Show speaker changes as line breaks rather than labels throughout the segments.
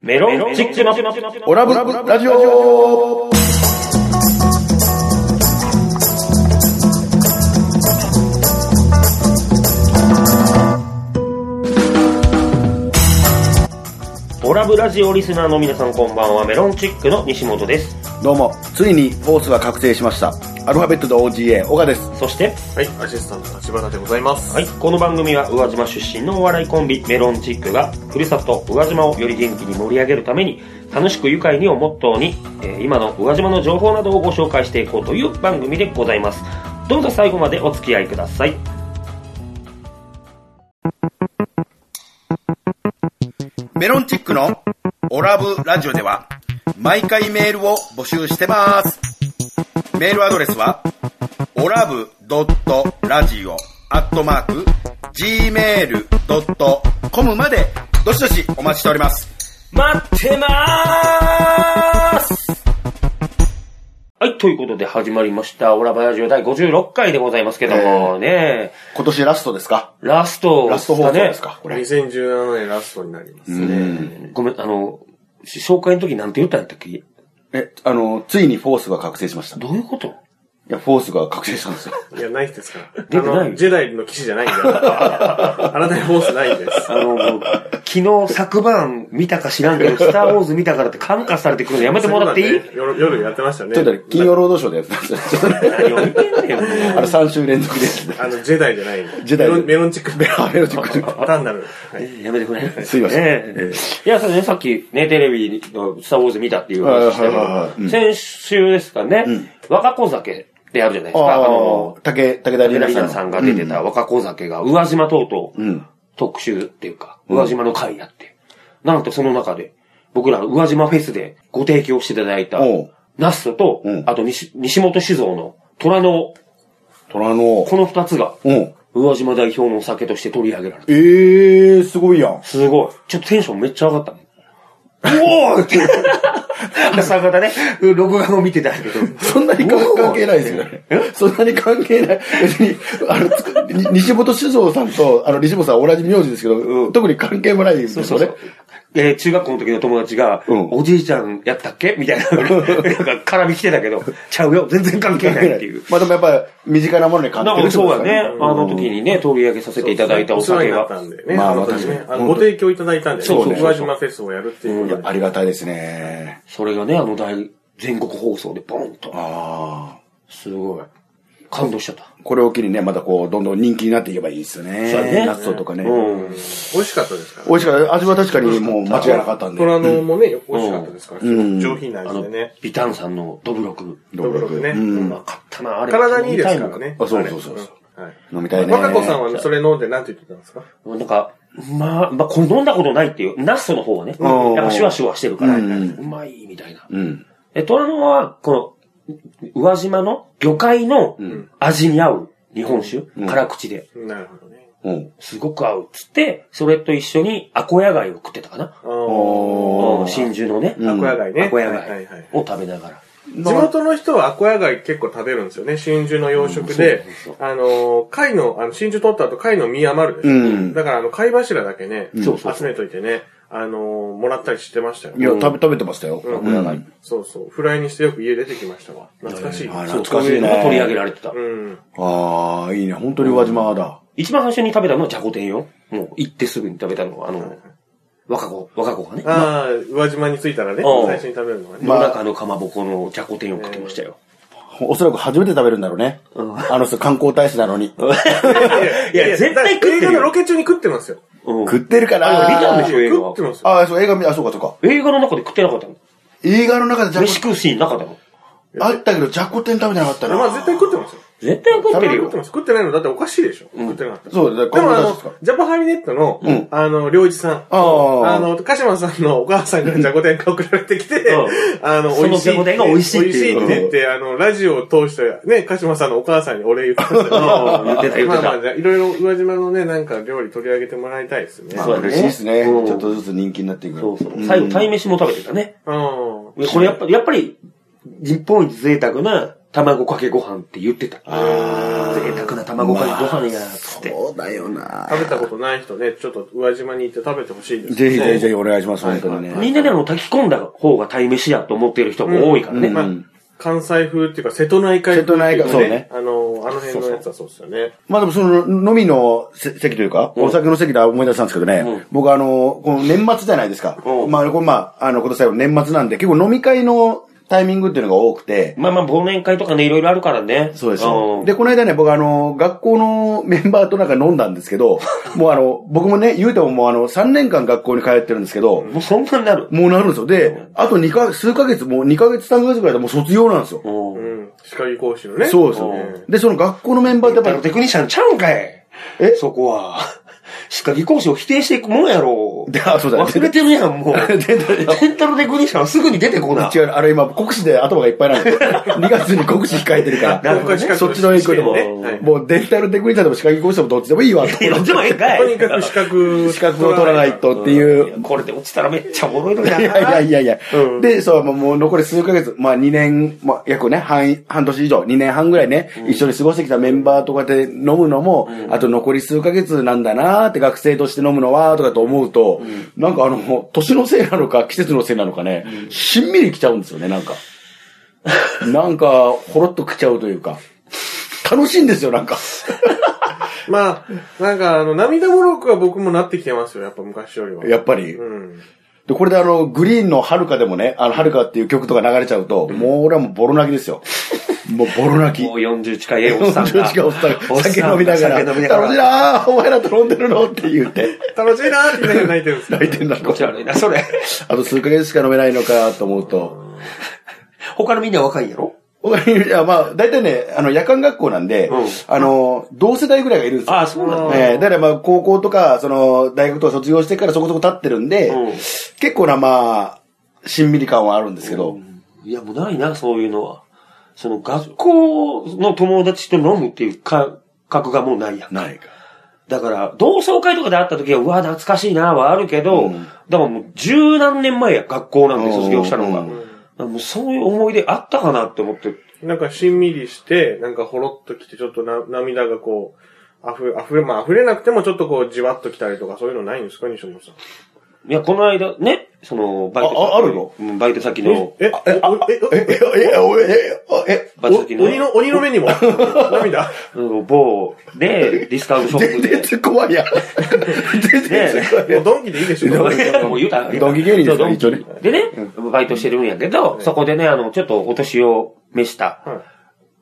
メロンチックの
オラブラジオ
オラブラジオリスナーの皆さんこんばんは、メロンチックの西本です。
どうも、ついにフォースが確定しました。アルファベットで OGA、オガです。
そして、
はい、アシスタント立花でございます。
はい、この番組は宇和島出身のお笑いコンビ、メロンチックが、ふるさと宇和島をより元気に盛り上げるために、楽しく愉快にをモットーに、えー今の宇和島の情報などをご紹介していこうという番組でございます。どうぞ最後までお付き合いください。
メロンチックのオラブラジオでは、毎回メールを募集してます。メールアドレスは、オラブドットラジオアットマーク、gmail.com まで、どしどしお待ちしております。
待ってまーすはい、ということで始まりました、オラバラジオ第56回でございますけども、ね
今年ラストですか
ラスト、
ラスト放送ですか、これ。
2017年ラストになりますね。
ごめん、あの、し紹介の時なんて言ったんやったっけ
え、あの、ついにフォースが覚醒しました。い
どういうこと
や、フォースが覚醒したんですよ。
いや、ないですから。
出
あ
てない
の、ジェダイの騎士じゃないんだよ。あなたにフォースないんです
あ。の、 もう昨日昨晩見たか知らんけど、スターウォーズ見たからって感化されてくるのやめてもらっていい、
そうだね夜夜やってましたね。
ちょっとね金曜ロードショーでやってました。
何を見てんねんもう
あれ3週連続ですね。
あの、ジェダイじゃない。
ジェダイ
メロンメロンチック。メ
あメロンチック
単なる。はい
やめてくれ。
すいません
ねえ
え
いや、それね、さっきね、テレビのスターウォーズ見たっていう話したけど
はいはいはいはいう
先週ですかね、
うん
若子酒であるじゃないですか。あ
あ
の
の、、竹、竹田里
柳
奈さ
田
ん
さんが出てた若子酒が、宇和島とうとう、
うん。うん。
特集っていうか、宇和島の会やって。なんとその中で、僕ら宇和島フェスでご提供していただいた
おう、
ナスと
うん、
あと西西本酒造の虎の、
虎の、
この二つが、
うん。
宇和島代表のお酒として取り上げられた。
ええー、すごいやん。
すごい。ちょっとテンションめっちゃ上がったもん。おおって。 朝方ね、録画を見てたけど。
そんなに関関係ないですよね。そんなに関係ない。別に、あの、つくに西本酒造さんと、あの、西本さん同じ名字ですけど、特に関係もないですよね。
そうそう。えー中学校の時の友達が、
うん
おじいちゃんやったっけみたいな、なんか絡み来てたけど、ちゃうよ、全然関係ないって いう。
まあでもやっぱり、身近なものに関係
なん
る
か
って
そ
こ
う
と
だ
です
ね、あの時にね、取り上げさせていただいたお
世話
酒
になっ
が
た。んでね。
まあ
あの時
まあ
ね
確。か
あ
に
の、ご提供いただいたんでね。
そうそう
宇和島フェスをやるっていうこと
ね。
で。
ありがたいですね。
それがね、あの大、全国放送でボンと。
ああ。
すごい。感動しちゃった。
これを機にね、またこう、どんどん人気になっていけばいいですよね。
そうだね
ナストとかね。
うん。
美味しかったですから。
美味しかった。味は確かにもう間違いなかったんで。
虎のもね、美味しかったですから。
うん
上品
あ
な味
の
でね。、
ビタンさんのドブロク。
どうぞ
ドブロクね
う
うんまかったな、あれ。
体にいいですからね。
あそうそうそうそう
あれ。んはい
飲みたいね。
若子さんはねそれ飲んで何て言ってたんですか
なんか、まあ、まあ、これ飲んだことないっていう、ナストの方はね、
うん
やっぱシュワシュワしてるから、う
うんうん
まい、みたいな。
うん。
え、トラノは、この、宇和島の魚介の
うん
味に合う日本酒、
うん
辛口で、
なるほどね。
うん。
すごく合うっつって、それと一緒にアコヤ貝を食ってたかな。
あ
お
うん真珠のね、
うん
アコヤ貝ね。
アコヤ
はいはい
貝
はい
を食べながら。
地元の人はアコヤ貝結構食べるんですよね。真珠の養殖で
うんそうそう。
あの、貝の、あの、真珠取った後貝の実余るでしょ。
うん
だからあの、貝柱だけね、
そうそう
集めといてね、あの、もらったりしてましたよ
い。や、食べ、食べてましたよ。
うん
僕らが
そうそう。フライにしてよく家出てきましたわ。懐かしい。
あ
う
そう
懐かし
そう
いね
うのが取り上げられてた。
ん。
ああ、いいね。本当に宇和島だ。
一番最初に食べたのはじゃこ天よ。もう行ってすぐに食べたのは、あの、若子、若子がね。
ああ、宇和島に着いたらね、
うん
最初に食べるのはね。
夜中のかまぼこのじゃこ天を食ってましたよ。
おそらく初めて食べるんだろうね。あの人観光大使なのに。
いや絶対食ってるよ
映画のロケ中に食ってますよ。
うん
食ってるか
あでも見たん
ら
でしょ映画
食ってますよ。
ああ、そう、映画見、あ、そうか、そうか。
映画の中で食ってなかったの
映画の中でじゃ
飯食うシーンなかったの
こ、あったけど、じゃこ天食べてなかったな。
まあ絶対食ってますよ。
絶対食ってる
食って
よ。
ます。食ってないのだっておかしいでしょ。食ってなかったら。
そうだ、
で
観
もあ
光大使ですか
の、ジャパハミネットの、
うん
あの、良一さん。
ああ
あの、鹿島さんのお母さんからじゃこ天が送られてきて
う、
あの、
その
美味しい。
じゃこ天が美味しいっていう
美味しって言って、あの、ラジオを通して、ね、鹿島さんのお母さんにお礼言ってたけど。
うん言ってた言ってた
まあまあ、じゃあいろいろ宇和島のね、なんか料理取り上げてもらいたいですね。
まあ
そうだね
嬉しいですね。
うん
ちょっとずつ人気になっていく。
そうそう。
ん
最後、鯛飯も食べてたね。
うん。
これやっぱり、やっぱり、日本一贅沢な卵かけご飯って言ってた。
あー
贅沢な卵かけご飯や、つって。
そうだよな
食べたことない人ね、ちょっと宇和島に行って食べてほしいです
ぜひぜひぜ
ひ。
ひお願いします、
はい
本当にね。
みんなであの炊き込んだ方が鯛飯やと思っている人も多いからね。
うん
まあ関西風っていうか、瀬戸内海風っていう
瀬戸
か、
内海そうね
あの、あの辺のやつはそうですよね。
まあでもその、飲みのせ席というか、
うん
お酒の席で思い出したんですけどね、
うん
僕あの、この年末じゃないですか。
うん
まあ、これまあ、あの、今年は年末なんで、結構飲み会のタイミングっていうのが多くて、
まあまあ、忘年会とかね、いろいろあるからね。
そうです
よ
よ。で、この間ね、僕あの、学校のメンバーとなんか飲んだんですけど、もうあの、僕もね、言うてももうあの、3年間学校に通ってるんですけど、
もうそんなになる。
もうなるんですよ。で、あと2か、数ヶ月、もう2ヶ月、3ヶ月ぐらいでもう卒業なんですよ。
お
う。
うん
歯科技講師のね。
そうですよ
ん。
で、その学校のメンバーってやっぱ
テクニシャンちゃうんかい。
え
そこは。歯科技講師を否定していくもんやろ。
り、であ、そうだね
忘。れてるやん、もう。デ
出てるよ
ンタルテクニシャンはすぐに出てこない
違。う、あれ今、国試で頭がいっぱいな んで、2月に国試控えてるか
なるほどね
ら、そっちの影響でも
試験ねはい、
もうデンタルテクニシャンでも歯科技工士でもどっちでもいいわと、
いやどっちもええんか
とに
い。
かく資格。
資格を取らない。とっていう。
これで落ちたらめっちゃおもろいの
い
にな
やいやいやいや
うん。
で、そう、もうもう残り数ヶ月、まあ2年、まあ約ね、半、半年以上、2年半ぐらいね、一緒に過ごしてきたメンバーとかで飲むのも、あと残り数ヶ月なんだなーって学生として飲むのは、とかと思うと、なんかあの、年のせいなのか季節のせいなのかね、しんみり来ちゃうんですよね、なん か。なんか、ほろっと来ちゃうというか。楽しいんですよ、なん か。
まあ、なんか、あの、涙もろくは僕もなってきてますよ、やっぱ昔よりは。
やっぱり
う。ん。
で、これであの、グリーンの遥かでもね、あの、遥かっていう曲とか流れちゃうと、もう俺はもうボロ泣きですよ。もうボロ泣き。
もう40近いええおっさんが。
40近いおっさんが酒飲みながら、
酒飲
楽
み
しい
ながら。
なーお前らと飲んでるのって言って、
楽しいなーってみんなが泣いてるんですよ。
泣いてんだ
気持
ろ
ち悪いな、それ。
あと数ヶ月しか飲めないのかと思うと。
他のみんな若いやろ
他にいや、まあ、大体ね、あの、夜間学校なんで、
うん
あの、同世代ぐらいがいるんですよ。
ああ、そうなんだ。
えーだからまあ、高校とか、その、大学とか卒業してからそこそこ経ってるんで、
うん
結構な、まあ、しんみり感はあるんですけど、
いや、もうないな、そういうのは。その学校の友達と飲むっていう感覚がもうないやん。
ないか。
だから、同窓会とかで会った時は、うわ、懐かしいな、はあるけど、
うん
だからもう十何年前や、学校なんで卒業したのが。
うん
だからもうそういう思い出あったかなって思って。
なんかしんみりして、なんかほろっときて、ちょっとな涙がこう、溢れ、溢れ、まあ溢れなくてもちょっとこう、じわっときたりとか、そういうのないんですか、西本さん。
いや、この間ね、その、バイト
あああるの
うんバイト先の、
え、え、
あえ、え、え、え、え、
バイト先
お鬼
の、
の、鬼の目にも、涙。
うん、某で、ディスカウントショッ
全
プ
然
で。
突っ込まんやん。全然突っ込まんや
もうドンキでいいでしょ。
もう言うたら
ドンキ芸人ですから一応ね
でね、バイトしてるんやけど、そこでね、あの、ちょっとお年を召した
はい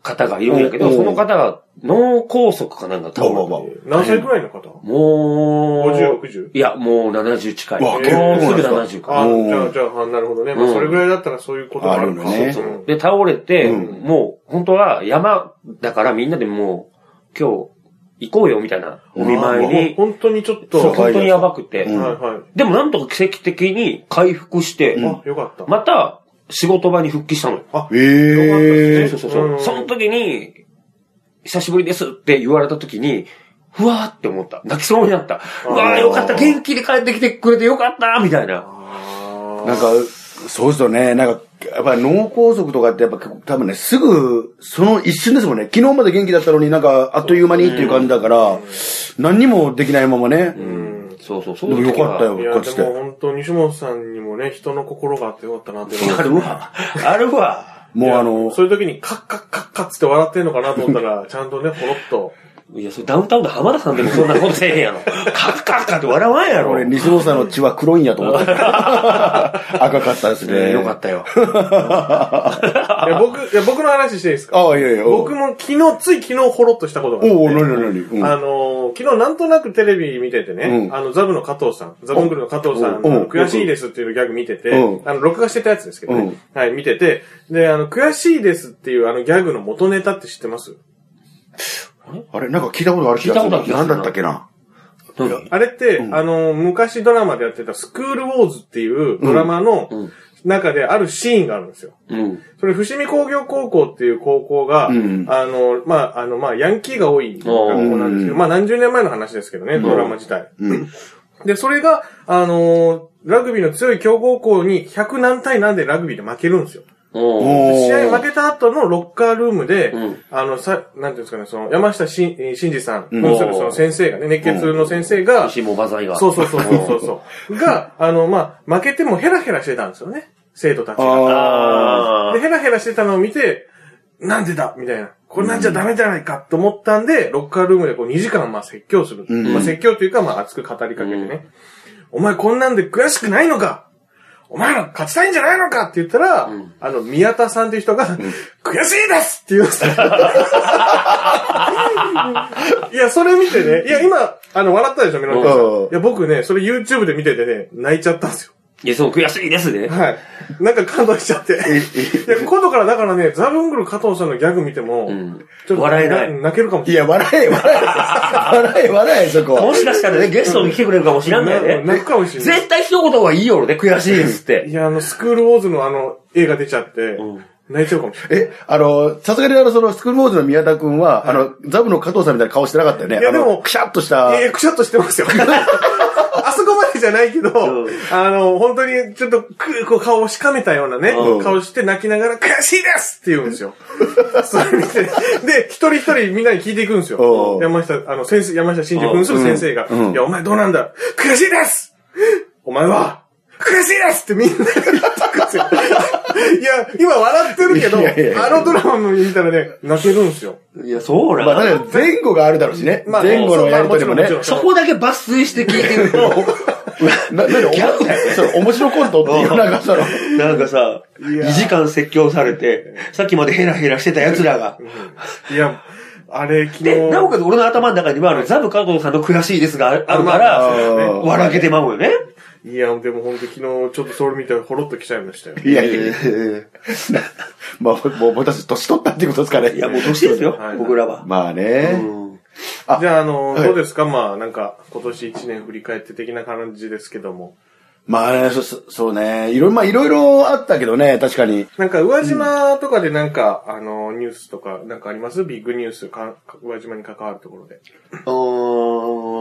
方がいるんやけど、
うん
その方が脳梗塞かなんか倒れ
わわ
て
わ
何歳くらいの方
もう、
50 60
いや、もう70近い。
う
も
わ
う
結構
すぐ
なんだ
70か。
あ
うん
じゃあ、じゃあ、なるほどね。ま
う
あ、
ん
それぐらいだったらそういうこともあるか。
あるよね
そうそう
で、倒れて、
うん
もう、本当は山だからみんなでもう、今日行こうよみたいなお見舞い
もう
に、
本当にちょっと、
そう
は
本当にやばくて、
い
ん
は
でもなんとか奇跡的に回復して、
い。あ、よかった。
また仕事場に復帰したのよ。
ええ
そうそうそうう。
ん
その時に、久しぶりですって言われた時に、ふわーって思った。泣きそうになった。うわーよかった、元気で帰ってきてくれてよかったみたいな。
あ
なんか、そうですよね。なんか、やっぱり脳梗塞とかってやっぱ結構多分ね、すぐ、その一瞬ですもんね。昨日まで元気だったのになんか、あっという間にっていう感じだから、何にもできないままね。
うん。そうそう、そ
で
う
もよかったよ、
ー
こ
いや、
っち
でも
で。
本当、西本さんにもね、人の心があってよかったなって思
あ
う。
るわ。あるわ。
もうあの、
そういう時にカッカッカッカッつって笑ってんのかなと思ったら、ちゃんとね、ほろっと。
いや、それダウンタウンの浜田さんでもそんなことせえへんやろ。カクカクカって笑わんやろ。
俺、西本さんの血は黒いんやと思 ってた。赤かったですね。
よかった よ。
いや、僕、いや、僕の話していいですか
ああ、いやいや。
僕も昨日、つい昨日ほろっとしたことがあって
おお、なになになにうん
あのー昨日なんとなくテレビ見ててね、
うん
あの、ザブの加藤さん、ザブングルの加藤さん、
お
あ
お
の悔しいですっていうギャグ見てて、
うん
あの、録画してたやつですけどね、はい、見てて、で、あの、悔しいですっていうあのギャグの元ネタって知ってます
あれなんか聞いたことある気が
聞いたことある気
する。
がす
な
る
んだったっけな。
何
あれって、あのー昔ドラマでやってたスクールウォーズっていうドラマの
うんうん
中であるシーンがあるんですよ。
うん。
それ、伏見工業高校っていう高校が、
うん
あの、まあ、あの、まあ、ヤンキーが多い学校なんです
う
けど、
ん
まあ、何十年前の話ですけどね、ドラマ自体。
うん。
で、それが、あのーラグビーの強い強豪校に100何対何でラグビーで負けるんですよ。
おー。
おー
試合負けた後のロッカールームで、
うん
あの、さ、なんていうんですかね、その、山下しえー真二さん、
うん
のするその先生がね、熱血の先生が、
西もバザイが。
そうそうそうそうそう そう。が、あの、まあ、負けてもヘラヘラしてたんですよね。生徒たちが。
あ
で、ヘラヘラしてたのを見て、なんでだみたいな。これなんじゃダメじゃないかと思ったんで、ロッカールームでこう2時間まあ説教する。
うん
まあ説教というかまあ熱く語りかけてね。お前こんなんで悔しくないのかお前ら勝ちたいんじゃないのかって言ったら、
うん
あの、宮田さんっていう人が、悔しいですって言うん ですよ。いや、それ見てね、いや、今、あの、笑ったでしょ、みんな。
うん
いや、僕ね、それ YouTube で見ててね、泣いちゃったんですよ。
いや、そう、悔しいですね。
はい。なんか感動しちゃって。いや、今度からだからね、ザブングル加藤さんのギャグ見ても、
うん
ちょっと
笑えない
泣けるかもし
い
れ
や、笑え、笑え。笑え、笑え、そこ。
もしかしたらね、ゲストに来てくれるかもしれな
ないい。な
ね。
泣くかもしれない。
絶対一言はいいよね、悔しいですっ
い
て。
や、あの、スクールウォーズのあの、映画出ちゃって、
うん
泣いちゃうかもしれない。
え、あの、さすがにあの、その、スクールウォーズの宮田くんは、あの、ザブの加藤さんみたいな顔してなかったよね。
いや
あの
でも
くしゃっとした。
えー、くしゃっとし てますよ。あそこまでじゃないけど、
うん
あの、本当にちょっとく、こう顔をしかめたようなね、
うん
顔して泣きながら、悔しいですって言うんで すよ。それ見て、で、一人一人みんなに聞いていくんですよ
う。ん
山下、あの、先生、山下真司扮する先生が、
うん
いや、お前どうなんだ悔しいですお前は、悔しいですってみんなが言ってくんですよ。 いや、今笑ってるけど、
いやいやいや
あのドラマ見たらね、泣けるんですよ。
いや、そう
まあ、
な
確かに前後があるだろうしね。
まあ
前後のやりとりもね。
そうまあもちろんもち
そこだけ抜粋して聞いてる と、
な、なに、お
ギャグだよ
前、その、面白コントっていう、なんかその、
なんかさ、2時間説教されて、さっきまでヘラヘラしてた奴らが。
いや、あれ、昨日。
で、なおかつ俺の頭の中には、あの、ザブ加藤さんの悔しいですがあるから、
あー
笑けてまうよね。
いや、でも本当昨日ちょっとそれ見てほろっと来ちゃいましたよ。
いやいやいやまあ、もう、もう私、年取ったっていうことですかね。
いや、もう年ですよ
は、い
僕らは。
まあ
う
ね。
ん
あ
じゃあ、あの、
はい
どうですかまあ、なんか、今年一年振り返って的な感じですけども。
まあね、そ、そそうね。いろいろ、まあ、いろいろあったけどね、確かに。
なんか、宇和島とかでなんか、あの、ニュースとか、なんかありますビッグニュースか、宇和島に関わるところで。
う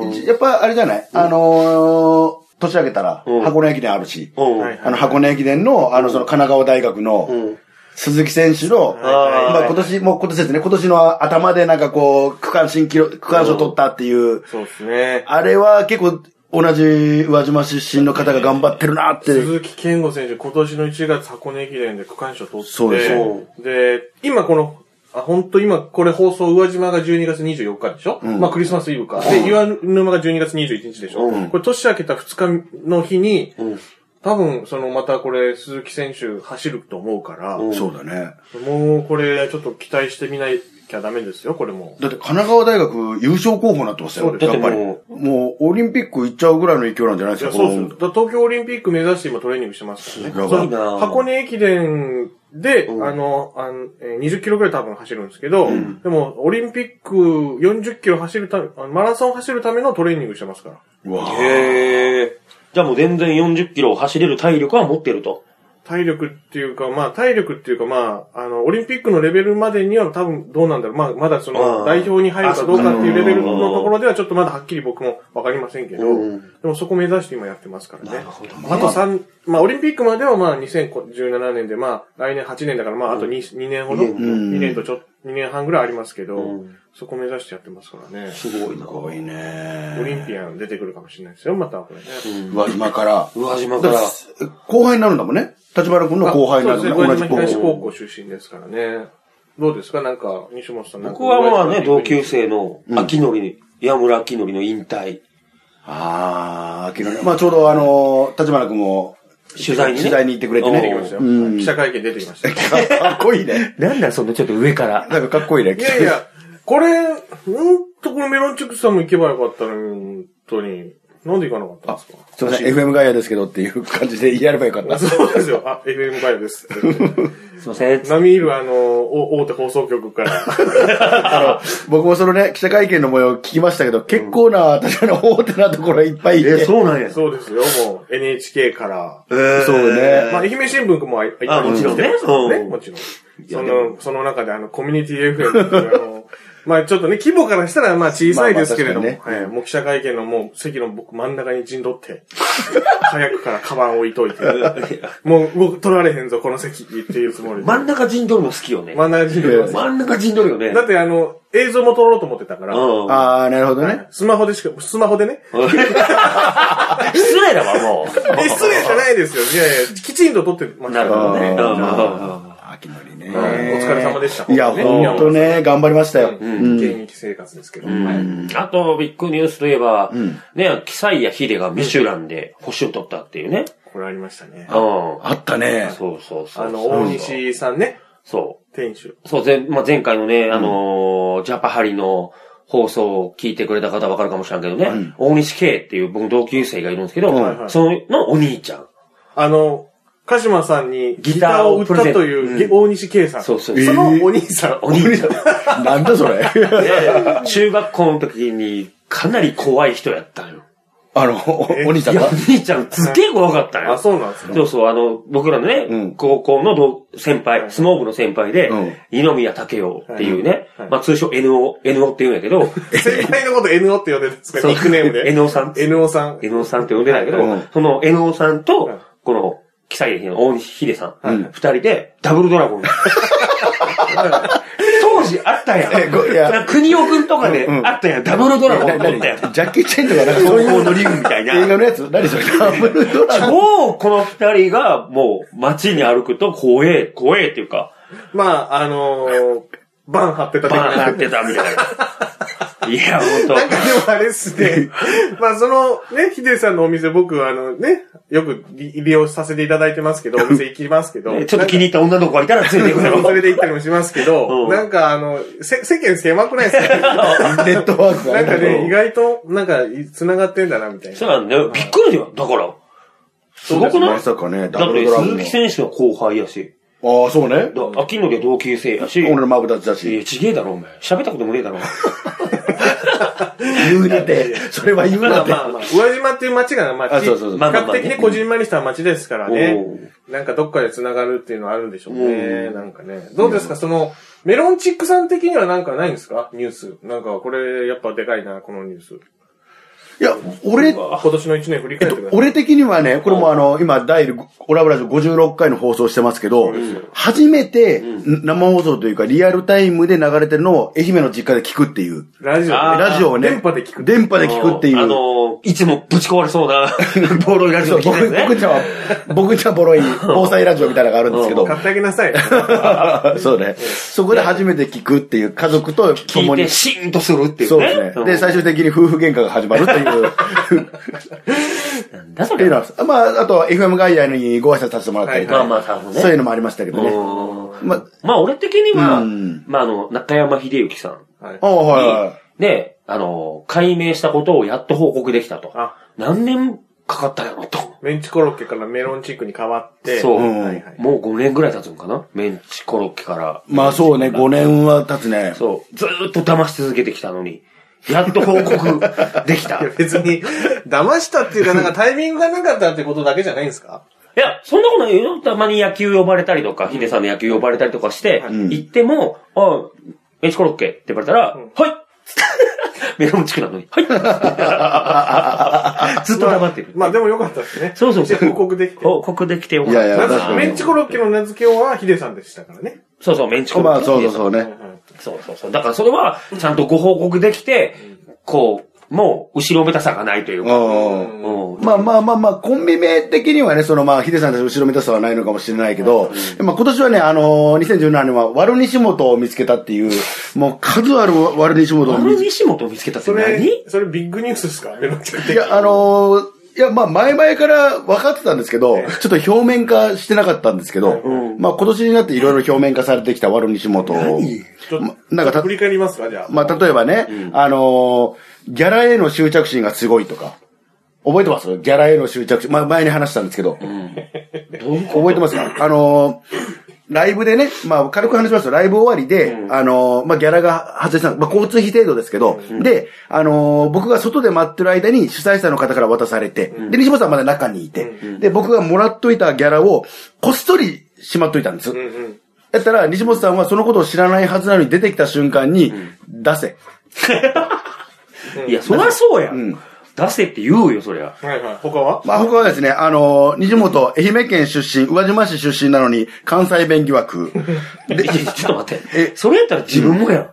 ーん。
やっぱ、あれじゃないあのー、年明けたら、
うん
箱根駅伝あるし。
うん
はい
あの、箱根駅伝の、あの、その、神奈川大学の、
うん。
鈴木選手の、
はい
まあ今年、もう今年ですね、今年の頭でなんかこう、区間新記録、区間賞取ったっていう、
そうですね。
あれは結構、同じ宇和島出身の方が頑張ってるなって。
鈴木健吾選手、今年の1月箱根駅伝で区間賞取って。
そうです
そ
で、今この、あ、本当今、これ放送、宇和島が12月24日でしょ、
うん
まあクリスマスイブか。で、岩沼が12月21日でしょ、
うん
これ年明けた2日の日に、
うん
多分、そのまたこれ、鈴木選手走ると思うから、
うん
そうだね。
もうこれ、ちょっと期待してみなきゃダメですよ、これも。
だって神奈川大学優勝候補になってます
そ
よ、
う
です
やっぱり。
だっ
も
て
う、オリンピック行っちゃうぐらいの勢いなんじゃないです
いや、
か、
そう
こ
です
の
よ。だから東京オリンピック目指して今トレーニングしてますからね。
すご
そ
いな
の箱根駅伝で、あの、あのえー20キロぐらい多分走るんですけど、でも、オリンピック40キロ走るため、あのマラソン走るためのトレーニングしてますから。
うわ
う。へえ。じゃあもう全然40キロを走れる体力は持ってると。
体力っていうか、まあ、体力っていうか、まあ、あの、オリンピックのレベルまでには多分どうなんだろう。まあ、まだそ
うん
の、代表に入るかどうかっていうレベル
あそう
のところでは、ちょっとまだはっきり僕もわかりませんけど、
うん
でもそこ目指して今やってますからね。
ほど。
あと3、まあ、オリンピックまではまあ、2017年で、まあ、来年8年だから、まあ、あと 2, 2年ほど、
うん
2年とちょ、2年半ぐらいありますけど、
うん
そこ目指してやってますからね。
すごいな。
すごいね。
オリンピアン出てくるかもしれないですよ、またこれね。
宇和島から。
宇和島か
だからら。後輩になるんだもんね。立花君の後輩にな
そう
る
で
ん
す
だ
ね。
もん
上
ね。同
島
じ高
東
校。
高校出身ですからね。どうですかなんか、西本さんなんか
僕はまあね、同級。
上
生の、秋典に、岩村秋典の引退、
ああ、昨日ね。まあちょうどあの、立花君も
取材にね。
取材に行ってくれて
島出てき
ね
ましたよ。
うん
記者会見出てきましたよ。
かっこいいね。
なんだそのちょっと上から。
なんかかっこいいね。
いやいや、これ、ほんとこのメロンチックさんも行けばよかったのに、本当に。なんで行かなかったん
あ
ですか
すいません、FM ガイアですけどっていう感じでやればよかった。
そうですよ。あ、FM ガイドです。
すいません。
波いるあの、お大手放送局から。
あの、僕もそのね、記者会見の模様聞きましたけど、結構な、確かに大手なところいっぱいいて。
え、そうなんや。
そうですよ、もう NHK から。
え
そうね
まあ、愛媛新聞もあ、
あもちろんね
来てますから
うん
もちろん。その、その中であの、コミュニティ FM っていうあの、 まあちょっとね、規模からしたらまあ小さいですけれども、
まあまあ確かにね
はいもう記者会見のもう席の僕真ん中に陣取って、 早くからカバン置いといて、もう僕取られへんぞ、この席っていうつもりで。
真ん中陣取るの好きよね。
真ん中に陣取ります。
真ん中陣取るよね。
だってあの、映像も撮ろうと思ってたから、
うん。
ああ、なるほどね。
スマホでしか、スマホでね。
失礼だわ、もう。
え失礼じゃないですよ。いやいや、きちんと撮ってました
なる
か
ほ
ら
どね。
あー
うんうん
秋のりね。
お疲れ様でした。
いや、ほんとね、頑張りましたよ。う
うん。
ん。
現役生活ですけど。
う
はい
んあと、ビッグニュースといえば
ん、
ね、キサイヤヒデがミシュランで星を取ったっていうね。
これありました
う
ね
ん。。そ
あったね。
うそうそう。
あの、大。西さんね、
そう。
店主。
そう、前、まあ、前回のね、あのージャパハリの放送を聞いてくれた方わかるかもしれんけどね、大西圭っていう僕の同級生がいるんですけど、
はい
はい
そののお兄ちゃん。
あの、鹿島さんにギターを売ったというげ
う
大西圭さん。
そうそう
そのお兄さん。
お兄 ちゃん。
なんだそれ。
で中学校の時にかなり怖い人やったんよ。
あの、おお兄ちゃ
い
ん
や、
が
お。兄ちゃんすっげえ怖かったんよ。
あ、そうなんですか。
そうそう、あの、僕らのね、
うん
高校の同先輩、相撲部の先輩で、
うん
二宮武雄っていうね、
はい
まあ通称 NO、NO って言うんやけど、
先輩のこと NO って呼んでたんです か、ニックネームで。
NO さん。
NO さん。
江野さんって呼んでないけど、
うん
その江野さん
う
と
ん、
この、記載の大西秀さ、
うんん
二人で、ダブルドラ ゴン。当時あったやん。
えごいや
なんか国尾くんとかであったやん。ダブルドラゴン
な
ってあ
何
ったやん。
ジャッキー・チェンとかなんかそういう
高校のリングみたいな
映画のやつ 何それダブルドラゴン
もう、この二人が、もう、街に歩くと、怖え、怖えっていうか、
まあ、あのー、バン張ってた的
バーン
な
なってたみたい な。いや、ほんと。
なんかでもあれっ すね。まあそのね、ヒデさんのお店僕あのね、よく利利用させていただいてま すけど、お店行きますけど。
ねちょっと気に入った女の子がいたら連れて行く
なんか連れ
よ。
て行ったりもしますけど、
うん
なんかあの、せ世間狭くないですか
ネットワークが
なんか
ね
ね、意外と、なんか、い繋がってんだな、みたいな。
そうなんだよ。びっくりだよ。だから、すごくない
まさかね、ダ
だっ
ブル
て、
ドラゴ
鈴
ン
木。選手の後輩やし。
ああ、そうね。
だ秋のりは同級生やし。
俺のマブダチだ
い
し。
や、ちげえだろ、お前。喋ったこともねえだろ。
言うなって。それは言う
ま
な
あ
って。
まあまあ、宇和島っていう街が、まあ、
あ
ち
そうそうそう
比較的ね、こじんまりした街ですからね
お。
なんかどっかで繋がるっていうのはあるんでしょうね。なんかね。どうですか、その、メロンチックさん的にはなんかないんですかニュース。なんか、これ、やっぱでかいな、このニュース。
いや、俺、
今年の1年振り返ってください。
俺的にはね、これもあの、今、第5オラブラジオ56回の放送してますけど、初めて生放送というか、リアルタイムで流れてるのを愛媛の実家で聞くっていう。
ラジオ
あー
ね。
ラジオをね。
電波で聞く
電波で聞くっていう。
あのー、いつもぶち壊れそうな、ボロいラジ
そ
オ
う
聞いて
僕
るね
僕。ちゃんは、僕ちゃんボロい防災ラジオみたいなのがあるんですけど、
買ってあげなさい。
そうね。そこで初めて聞くっていう、家族と
聞
共
い
に
て。シーンとするっていうね。
そうですね。で、最終的に夫婦喧嘩が始まるという。
初なんだそ
ってい
れ。
うの
ま
はまあ、あと、FM 外野にご挨拶させてもらったりとか、
あまあ、多分ね。
そういうのもありましたけどね。
うん
まあ、
まあ、俺的には
うん、
まあ、あの、中山秀幸さん
はい
ああ、はい、はい。
に、ね、あの、解明したことをやっと報告できたと。
あ
何年かかったやろと。
メンチコロッケからメロンチックに変わって。
そう
うん
はいはい。
もう5年ぐらい経つんかなメンチコロッケから。
まあそうね、5年は経つね。
そう。ずーっと騙し続けてきたのに、やっと報告できた。
い
い
や別に、騙したっていうか、なんかタイミングがなかったってことだけじゃないんですか
や、そんなことないよ。たまに野球呼ばれたりとか、ヒデさんの野球呼ばれたりとかして、
ん
行っても、あ、メンチコロッケって言われたら、
ん
はい メロンチクなのに、はい ずっと黙ってる。
まあでもよかったですね。
そうそうそう
報告できて。
報告できてよかっ
い
た。
やいや
ま
確か
ず、
に
メンチコロッケの名付けようはヒデさんでしたからね。
そうそう、メンチコロッ
ま
ケ。
あそうそうそう
はい
ね。
はい
そうそうそう。だからそれは、ちゃんとご報告できて、こう、もう、後ろめたさがないという
う
か。
ん。
うん
まあまあまあまあ、コンビ名的にはね、そのまあ、ヒデさんたち後ろめたさはないのかもしれないけど、まあ今年はね、あのー、2017年は、悪西本を見つけたっていう、もう数ある悪西本を
あ
見
の
つ
西本を見つけたって
そ
何
れ、それビッグニュースですかメロンチック
けいや、あのー、いや、まあ、前々から分かってたんですけど、ちょっと表面化してなかったんですけど、まあ、今年になっていろいろ表面化されてきた悪西本を、
ちょっと
まなんかた
振り返りますかじゃあ。
まあ、例えばね、あのーギャラへの執着心がすごいとか。覚えてますギャラへの執着心。まあ、前に話したんですけど。
どういうこと
覚えてますかあのーライブでね、まあ、軽く話しますと、ライブ終わりで、あのーまあ、ギャラが外れてた、まあ、交通費程度ですけど、で、あのー僕が外で待ってる間に主催者の方から渡されて、で、西本さんはまだ中にいて、で、僕がもらっといたギャラを、こっそりしまっといたんです。
うんうん。
えやったら、西本さんはそのことを知らないはずなのに出てきた瞬間に、出せ。
いや、そりゃそうや、
うん
ん。出せって言うよ、そりゃ。
はいはい。他は
まあ、他はですね、あのー、西本、愛媛県出身、宇和島市出身なのに、関西弁疑 惑。
で、いやちょっと待って。
え
え、それやったら自分もやん。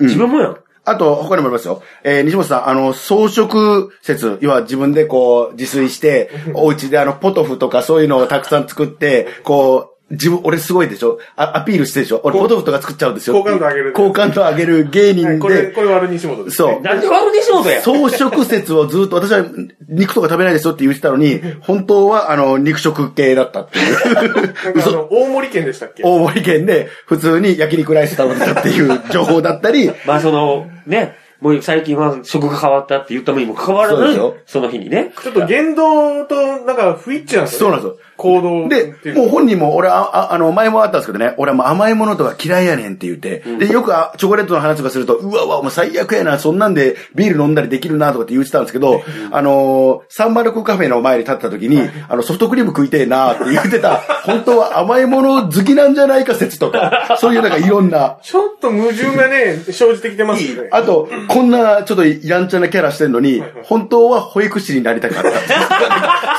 自分もやん。
あと、他にもありますよ。えー西本さん、あの、装飾説、要は自分でこう、自炊 して、お家であの、ポトフとかそういうのをたくさん作って、こう、自分、俺すごいでしょあアピールしてでしょ俺ポトフとか作っちゃうんですよ。
好感度上げる
好感度上げる芸人
はい
で、
これ、これ悪西本です。
そう。
なんで悪でしょうとや。
装飾説をずっと、私は肉とか食べないですよって言ってたの に、本当は、あの、肉食系だったっていう。
なんかあの、大森県でしたっけ
大森県で、普通に焼肉ライス食べてたっていう情報だった り、
まあその、ね、もう最近は食が変わったって言ったのにも関わら
そう
ず、
でしょ
その日にね。
ちょっと言動と、なんか、不一致なんです
そう
よ
なん
ね。
ですよ。
行動って
で
い、うか
もう本人も、俺、あ、ああの、前もあったんですけどね、俺はもう甘いものとか嫌いやねんって言って、で、よくあチョコレートの話とかすると、うわうわ、もう最悪やな、そんなんでビール飲んだりできるなとかって言ってたんですけど、あのーサンマルクカフェの前に立った時に、あの、ソフトクリーム食いてえなって言ってた、本当は甘いもの好きなんじゃないか説とか、そういうなんかいろんな、
ちょっと矛盾がね、生じてきてますね。
あと、こんなちょっとやんちゃなキャラしてんのに、本当は保育士になりたかっ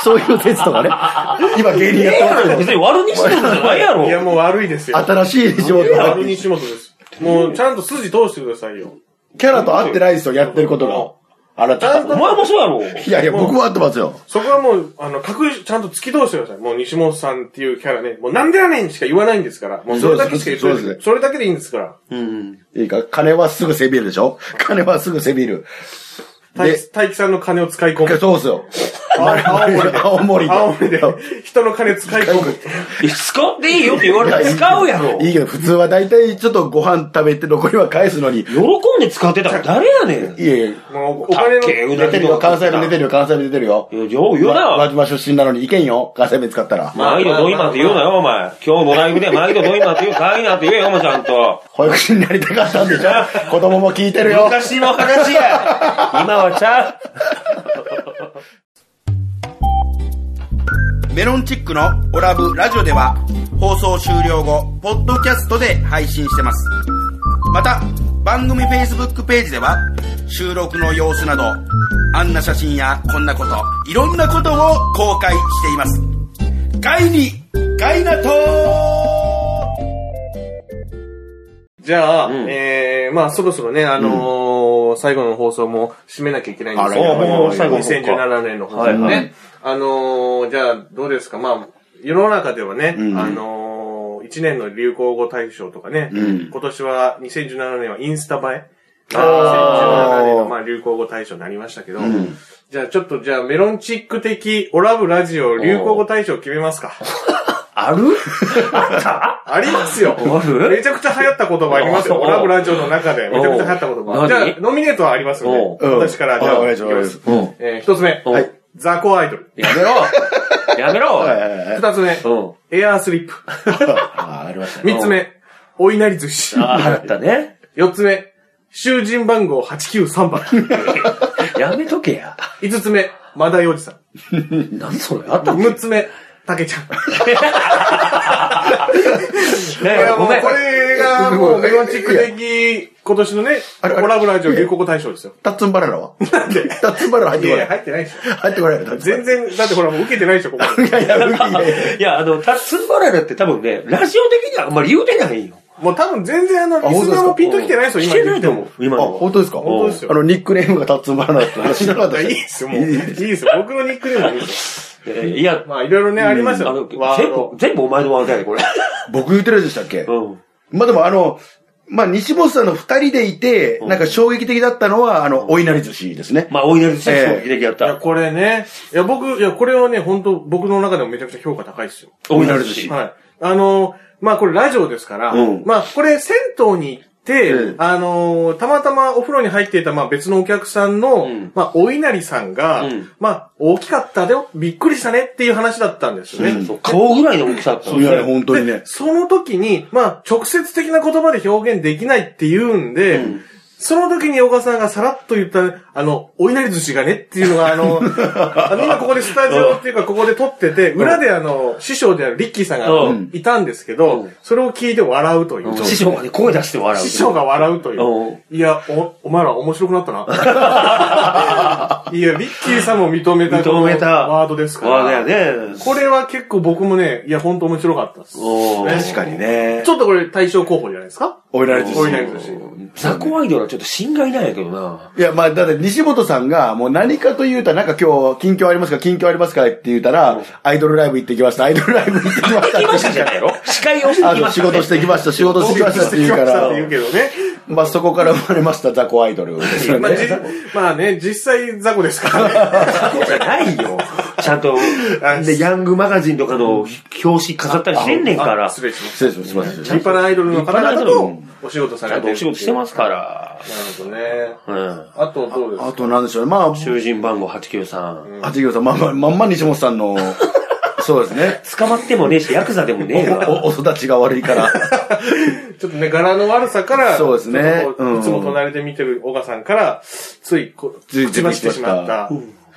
た。 そういう説とかね。今芸人やってますけど
別に悪にしとるんじゃないやろ。
いや、もう悪いですよ。
新しい仕事が
悪西本です。もう、ちゃんと筋通してくださいよ。
キャラと合ってないですよ、やってることが。あな
ちゃん
お
た。
と、
前もそうやろ。
いやいや、僕は合ってますよ。
そこはもう、あの、隠し、ちゃんと突き通してください。もう西本さんっていうキャラね、もうなんでやねんしか言わないんですから。もうそれだけしか言ってない
そうです
それだけでいいんですから。
うん。
いいか、金はすぐせびるでしょ金はすぐせびる。
大
で
吉、大吉さんの金を使い込む。
そうっすよ。青森で。
青森で、人の金使い込む。
いや、使っていいよって言われたら使うやろ。
いい
喜
けど、普通は大体ちょっとご飯食べて残りは返すのに、い
んで使ってたら誰やねん。
えいえ、
もう、お金
たっけう
の、
出てるよ、関西弁出てるよ、関西弁出てるよ。
いや、よう言う
わ和
な。
島出身なのにいけんよ、関西弁使ったら。
毎度ドイマンって言うなよ、お前。今日のライブで毎度ドイマンって言う、かいなって言えよ、お前ちゃんと。
保育士になりたかったん でしょ子供も聞いてるよ。
昔の話や。今はちゃう。
メロンチックのオラブラジオでは放送終了後、ポッドキャストで配信してます。また、番組 Facebook ページでは収録の様子など、あんな写真やこんなこと、いろんなことを公開しています。ガイに、ガイナトー
じゃあ、
ん
えー、まあそろそろね、あのー最後の放送も締めなきゃいけないんですけ
あ
ど、
らやばい
もう
やばい
2017年の放送ね。
はいは
あのーじゃあどうですか、まあ世の中ではね、
うん
あのー、1年の流行語大賞とかね、
ん
今年は2017年はインスタ映え。
あー
2017年のまあ流行語大賞になりましたけど、じゃあちょっとじゃあメロンチック的オラブラジオ流行語大賞決めますか。
あるあった
ありますよ。
ある
めちゃくちゃ流行った言葉ありますよ。
おう
オラブラジオの中でめちゃくちゃ流行った言
お
葉。
う
じゃあ
何、
ノミネートはありますので、
おう
私から、じゃあ、
お願いします
き
うん。
えー一つ目、
おう
ザコアイドル。
やめろやめろ
二つ目、
うん。
エアースリップ。
ああ、ありましたね。
三つ目、お稲荷寿司。
ああ、あったね。
四つ目、囚人番号893番。
やめとけや。
五つ目、マダイおじさ
何それあった
ん。六つ目、タケちゃん。
ねえごめん。
これが、もう、メロンチック的、今年のね、オ
あれあれ
ラブラジオ流行語大賞ですよ。
タッツンバララはタッツンバララ入っ
い
てこ
やい
ない。
や、入ってないでしょ。
入ってこないよタッツン
全然、だってほら、もう受けてないでしょ、ここ。
バララ。いやいや、いやいやい や
いや、あの、タッツンバララって多分ね、ラジオ的にはあんまり言うてないよ。
もう多分全然あの、
あ
リスナーもピンときてないですよ、
来
今。
てないと思う。今
あ、
の
本
は。
当ですか
本当ですよ
あの、ニックネームがタッツンバララって話しなかった
いやいいですよ、もう。いいですよ。僕のニックネームもいいです
えいや
よ。、まあ、いろいろね、あります
あ
よ。
の、
ワー
全部
ド、。
全部お前のワードやで、これ。
僕言ってるやつでしたっけ
うん。
まあでもあの、まあ西本さんの二人でいて、なんか衝撃的だったのは、あの、お稲荷寿司ですね。
まあ、お稲荷さん、
ええ
衝撃的やっ
いや、
た。
これね。いや、僕、いや、これはね、本当僕の中でもめちゃくちゃ評価高いですよ。
お稲荷寿司。
はい。あのー、まあ、これラジオですから、
うん
まあ、これ、銭湯に行って、
うん
あのー、たまたまお風呂に入っていた、まあ、別のお客さんの、
ん
まあ、お稲荷さんが、
うん
まあ、大きかったでよ、びっくりしたねっていう話だったんですよね。
そう顔ぐらいの大きさだったの
いやね、本当にね
で。その時に、まあ、直接的な言葉で表現できないって言うんで、その時に岡さんがさらっと言った、あの、お稲荷寿司がねっていうのが、あの、あの今ここでスタジオっていうか、ここで撮ってて、裏であの、師匠であるリッキーさん
う
が
ん
いたんですけ
う
ど
ん、
それを聞いて笑うという。
師匠がね、声出して笑う。
師匠が笑うと
お
いう。いや、お、お前ら面白くなったな。いや、リッキーさんも認めた
認めた
ワードですか
わだ
ら。
よね。
これは結構僕もね、いや、本当面白かったです。ちょ
おー
確かにね。
っとこれ対象候補じゃないですか
おいられて
おいられてるし
雑魚アイドルはちょっと心外なんやけどな。
いや、まあ、だって西本さんが、もう何かと言うたら、なんか今日、近況ありますか近況ありますかって言うたら、アイドルライブ行ってきました、アイドルライブ行ってきました。
行きましたじゃないやろ司会をして
あ
き
の、
まし
仕
た。
事してきました、仕事してきましたって言うか
した
ら
って、言うけどね。
まあそこから生まれました、雑魚アイドルですよ
まあ、
ね。
じまあね、実際雑魚ですからね。
雑魚じゃないよ。ちゃんと、で、ヤングマガジンとかの表紙飾ったりしてんねんから。
あ
ち
失礼しました。
失礼します。
立派なアイドルの方々
立派なアイ
とお仕事さ
ゃ
れ
ん
て
と
る。
お仕事してますから。
なるほどね。
うん。
あとどうです
あ
か
となんでしょうね。まあ、
囚人番号893。
八木さん、まんま、まんま西本さんの、そうですね。
捕まってもねえし、ヤクザでもねえわ。
お、お育ちが悪いから。
ちょっとね、柄の悪さから、
そうですね
ちょっと
う
こうんいつも隣で見てる小川さんから、ついこ、
つい
口走ってしまった、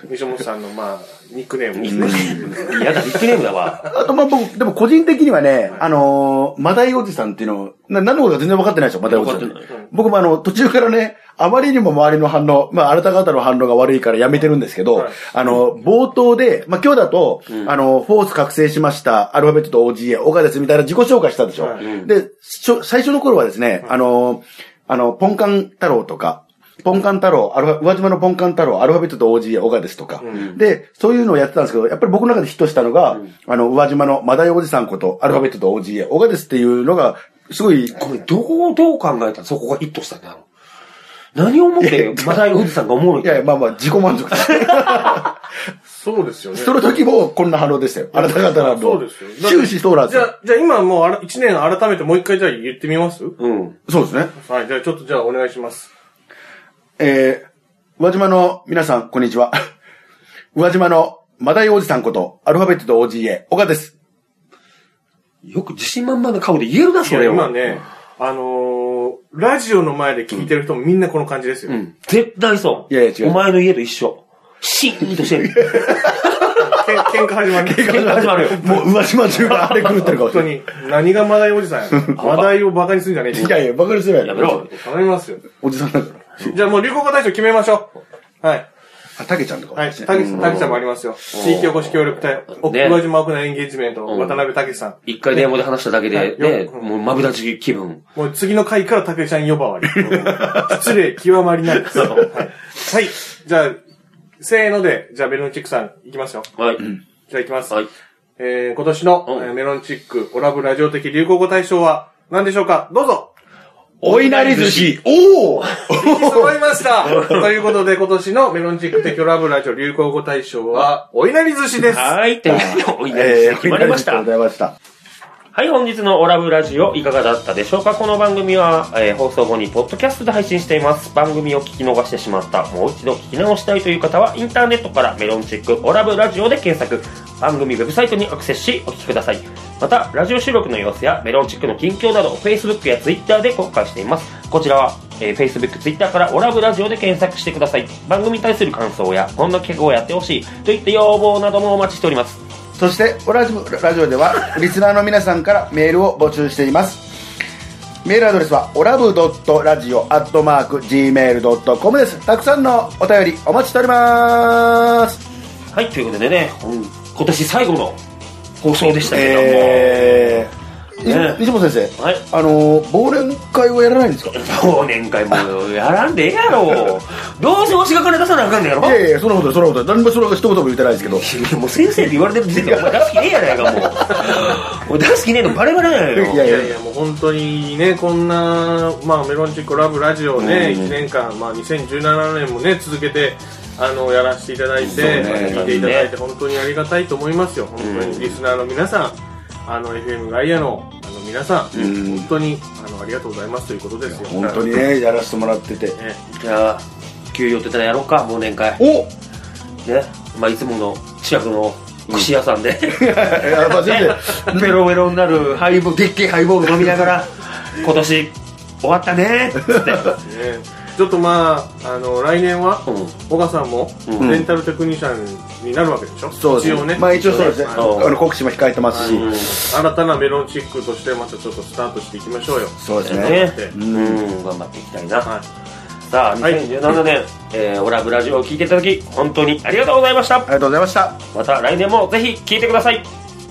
西本さんの、まあ、ニックネームですね。
嫌だ、ビッグネームだわ。
あと、まあ僕、でも個人的にはね、あのー、マダイおじさんっていうのを、な何のことか全然分かってないでしょ、マダイおじさん
分かってな。
僕もあの、途中からね、あまりにも周りの反応、まあ、あなた方の反応が悪いからやめてるんですけど、
はい
あの、冒頭で、まあ、今日だと、あの、フォース覚醒しました、アルファベットと OGA、岡ですみたいな自己紹介したでしょ。
はい
で、しょ最初の頃はですね、あの、あの、ポンカン太郎とか、ポンカン太郎、アルファ、宇和島のポンカン太郎、アルファベットと OG、オガですとか、で、そういうのをやってたんですけど、やっぱり僕の中でヒットしたのが、あの、宇和島のマダイおじさんこと、アルファベットと OG、オガですっていうのが、すごい、
これ、どう、どう考えたらそこがヒットしたんだろう。何を思って、マダイおじさんがおもろい
いやいや、まあまあ、自己満足です。
そうですよね。
その時もこんな反応でしたよ。あなた方なん
そうですよ。だって
終始そうなんです
じゃ
よ。
あ、じゃあ今もうあら、一年改めてもう一回じゃあ言ってみます
うん。
そうですね。
はい、じゃあちょっとじゃあお願いします。
えー、宇和島の皆さん、こんにちは。 宇和島のマダイおじさんこと、アルファベットと OGA、オガです。
よく自信満々な顔で言えるな、
い
そ
や、
れを。
今ね、あのー、ラジオの前で聞いてる人もみんなこの感じですよ。
うん。絶対そう。
いやいや違う
お前の家と一緒。シーンとしてる。
けん喧嘩始まる。
喧嘩始まるよ。
もう、宇和島中が荒れ狂ってるかも
本
しれ
当
ない。
に、何がマダイおじさんや。マダイをバカにするんじゃねえって
いやいや、バカにしてない
やめろ。
頼みますよ。
おじさんだから。
じゃあもう流行語大賞決めましょう。はい。
あ、たけちゃんとかも
はい。
ですね。
たけし、たけしさんもありますよ。地域おこし協力隊、奥
ね
久島奥のエンゲージメント、
ん
渡辺たけしさん。
一回電話で話しただけで、
ね
ね、もうマブダチ気分。
もう次の回からたけしさん呼ばわり。失礼極まりないです。はい。はい。じゃあ、せーので、じゃあベルンチックさん、いきますよ。
はい。
じゃあいきます。
はい。
えー、今年の、
うん
えーメロンチックオラブラジオ的流行語大賞は何でしょうかどうぞ
お稲荷寿司。 おお
揃いましたということで今年のメロンチック的オラブラジオ流行語大賞は、お稲荷寿司で す
はい。ということでおい
え
で
ー、
決まりまし
あ
た
りがとうご。ざいました。
はい、本日のオラブラジオいかがだったでしょうかこの番組は、えー放送後にポッドキャストで配信しています。番組を聞き逃してしまった、もう一度聞き直したいという方は、インターネットからメロンチックオラブラジオで検索、番組ウェブサイトにアクセスしお聞きください。また、ラジオ収録の様子やメロンチックの近況など、Facebook や Twitter で公開しています。こちらは、えー Facebook、Twitter からオラブラジオで検索してください。番組に対する感想や、こんな企画をやってほしい、といった要望などもお待ちしております。
そして、オラジムラジオでは、リスナーの皆さんからメールを募集しています。メールアドレスは、オラブドットラジオアットマーク Gmail.com です。たくさんのお便りお待ちしております。
はい、ということでね、うん今年最後の放送でしたけども、
え
ね
ー、西本先生、
はい
あのー、忘年会はやらないんですか
忘年会もやらんでええやろ。どうせわしが金出さなあかんのやろ。
いやいや、そんなことそんなこと何もそれは一言も言ってないですけど。
いやもう先生って言われてる時点でお前出す気ねえやないかもうお前出す気ねえのバレバレなんやよ
いや
いやいや、もう本当にね、こんな、まあ、メロンチックラブラジオね、1年間、まあ、2017年もね、続けて、あの、やらせていただい
ね
て、聞いていただいて、本当にありがたいと思いますよ。本当
う
に、
ん
リスナーの皆さん、あの、FM ガイアの、あの、皆さん、
うん
本当に、あの、ありがとうございますということですよ。
本当にね、やらせてもらってて。
ね
じゃあ給与ってたらやろうか忘年会ね
お
まあいつもの近くの串屋さんで、
やっぱ先
ペロペロになるハ イボールでっけえハイボール飲みながら今年終わったねっつって
ねちょっとまあ、あの、来年は、
う
小川さんも、
うん
レンタルテクニシャンになるわけでしょ
そうです
一応ね。
まあ一応そうですね。
は
あ
い
うん
の、国試も控えてますし。
ん。
新たなメロンチックとして、またちょっとスタートしていきましょうよ。
そうですね。
ね。
う。
うんん、頑張っていきたいな。
はい。
さあ、
はい
2017年、えーオラブラジオを聞いていただき、本当にありがとうございました
あ。りがとうございました。
また来年もぜひ聞いてください。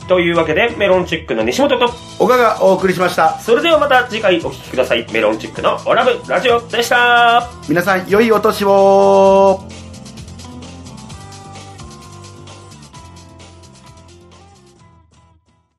というわけで、メロンチックの西本と、
岡がお送りしました。
それではまた次回お聞きください。メロンチックのオラブラジオでした。
皆さん、良いお年を。